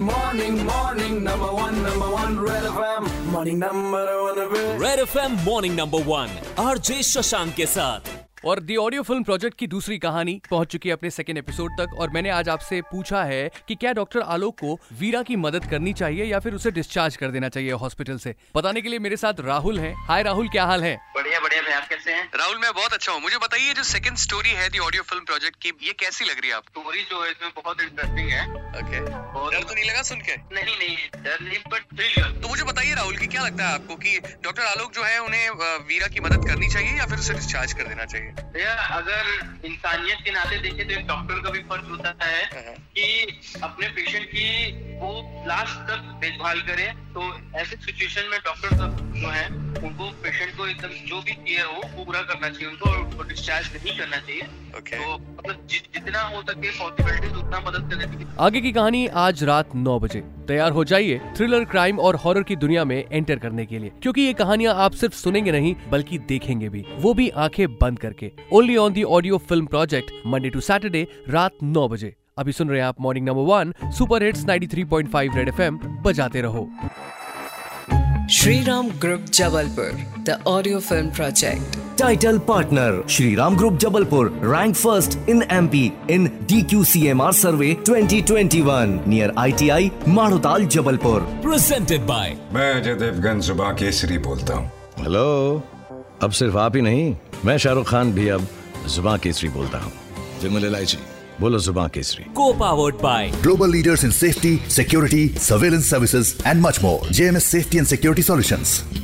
Morning, morning, number one, number one, Red FM. Morning, number one, Red. Red F morning number one RJ Shashank के साथ और the audio film project की दूसरी कहानी पहुंच चुकी है अपने सेकेंड एपिसोड तक और मैंने आज आपसे पूछा है कि क्या डॉक्टर आलोक को वीरा की मदद करनी चाहिए या फिर उसे डिस्चार्ज कर देना चाहिए हॉस्पिटल से बताने के लिए मेरे साथ राहुल हैं हाय राहुल क्या हाल है बढ़िया बढ़िया भाई आप कैसे हैं राहुल मैं बहुत अच्छा हूँ मुझे बताइए जो सेकंड स्टोरी है दी ऑडियो फिल्म प्रोजेक्ट की ये कैसी लग रही है आपको स्टोरी जो है इसमें बहुत इंटरेस्टिंग है ओके डर तो नहीं लगा सुन के नहीं नहीं डर नहीं बट थ्रिल तो मुझे बताइए राहुल की क्या लगता है आपको कि डॉक्टर आलोक जो है उन्हें अ, वीरा की मदद करनी चाहिए या फिर उसे डिस्चार्ज कर देना चाहिए भैया अगर इंसानियत के नाते देखें तो एक डॉक्टर का भी फर्ज होता हाँ, है कि अपने पेशेंट की वो लास्ट तक देखभाल करे तो ऐसे सिचुएशन में डॉक्टर सब जो है उनको पेशेंट को एकदम जो भी केयर हो वो पूरा करना चाहिए उनको और उनको डिस्चार्ज नहीं करना चाहिए ओके तो मतलब जि- जितना हो सके पॉसिबिलिटीज उतना मदद करने की आगे की कहानी आज रात नौ बजे तैयार हो जाइए थ्रिलर क्राइम और हॉरर की दुनिया में एंटर करने के लिए क्योंकि ये कहानियां आप सिर्फ सुनेंगे नहीं बल्कि देखेंगे भी वो भी आंखें बंद करके only on the audio film project Monday to Saturday रात नौ बजे अभी सुन रहे हैं आप morning number one super hits 93.5 red FM बजाते रहो Shriram group Jabalpur the audio film project Title partner Shri Ram Group Jabalpur ranked first in MP in DQCMR survey 2021 near ITI Marutal Jabalpur. Presented by मैं अजय देवगन सुबह केसरी बोलता हूँ hello अब सिर्फ आप ही नहीं मैं शाहरुख खान भी अब जुबा केसरी बोलता हूँ विमल इलायची बोलो जुबा केसरी को powered by Global leaders in safety, security, surveillance services, and much more. JMS Safety and Security Solutions.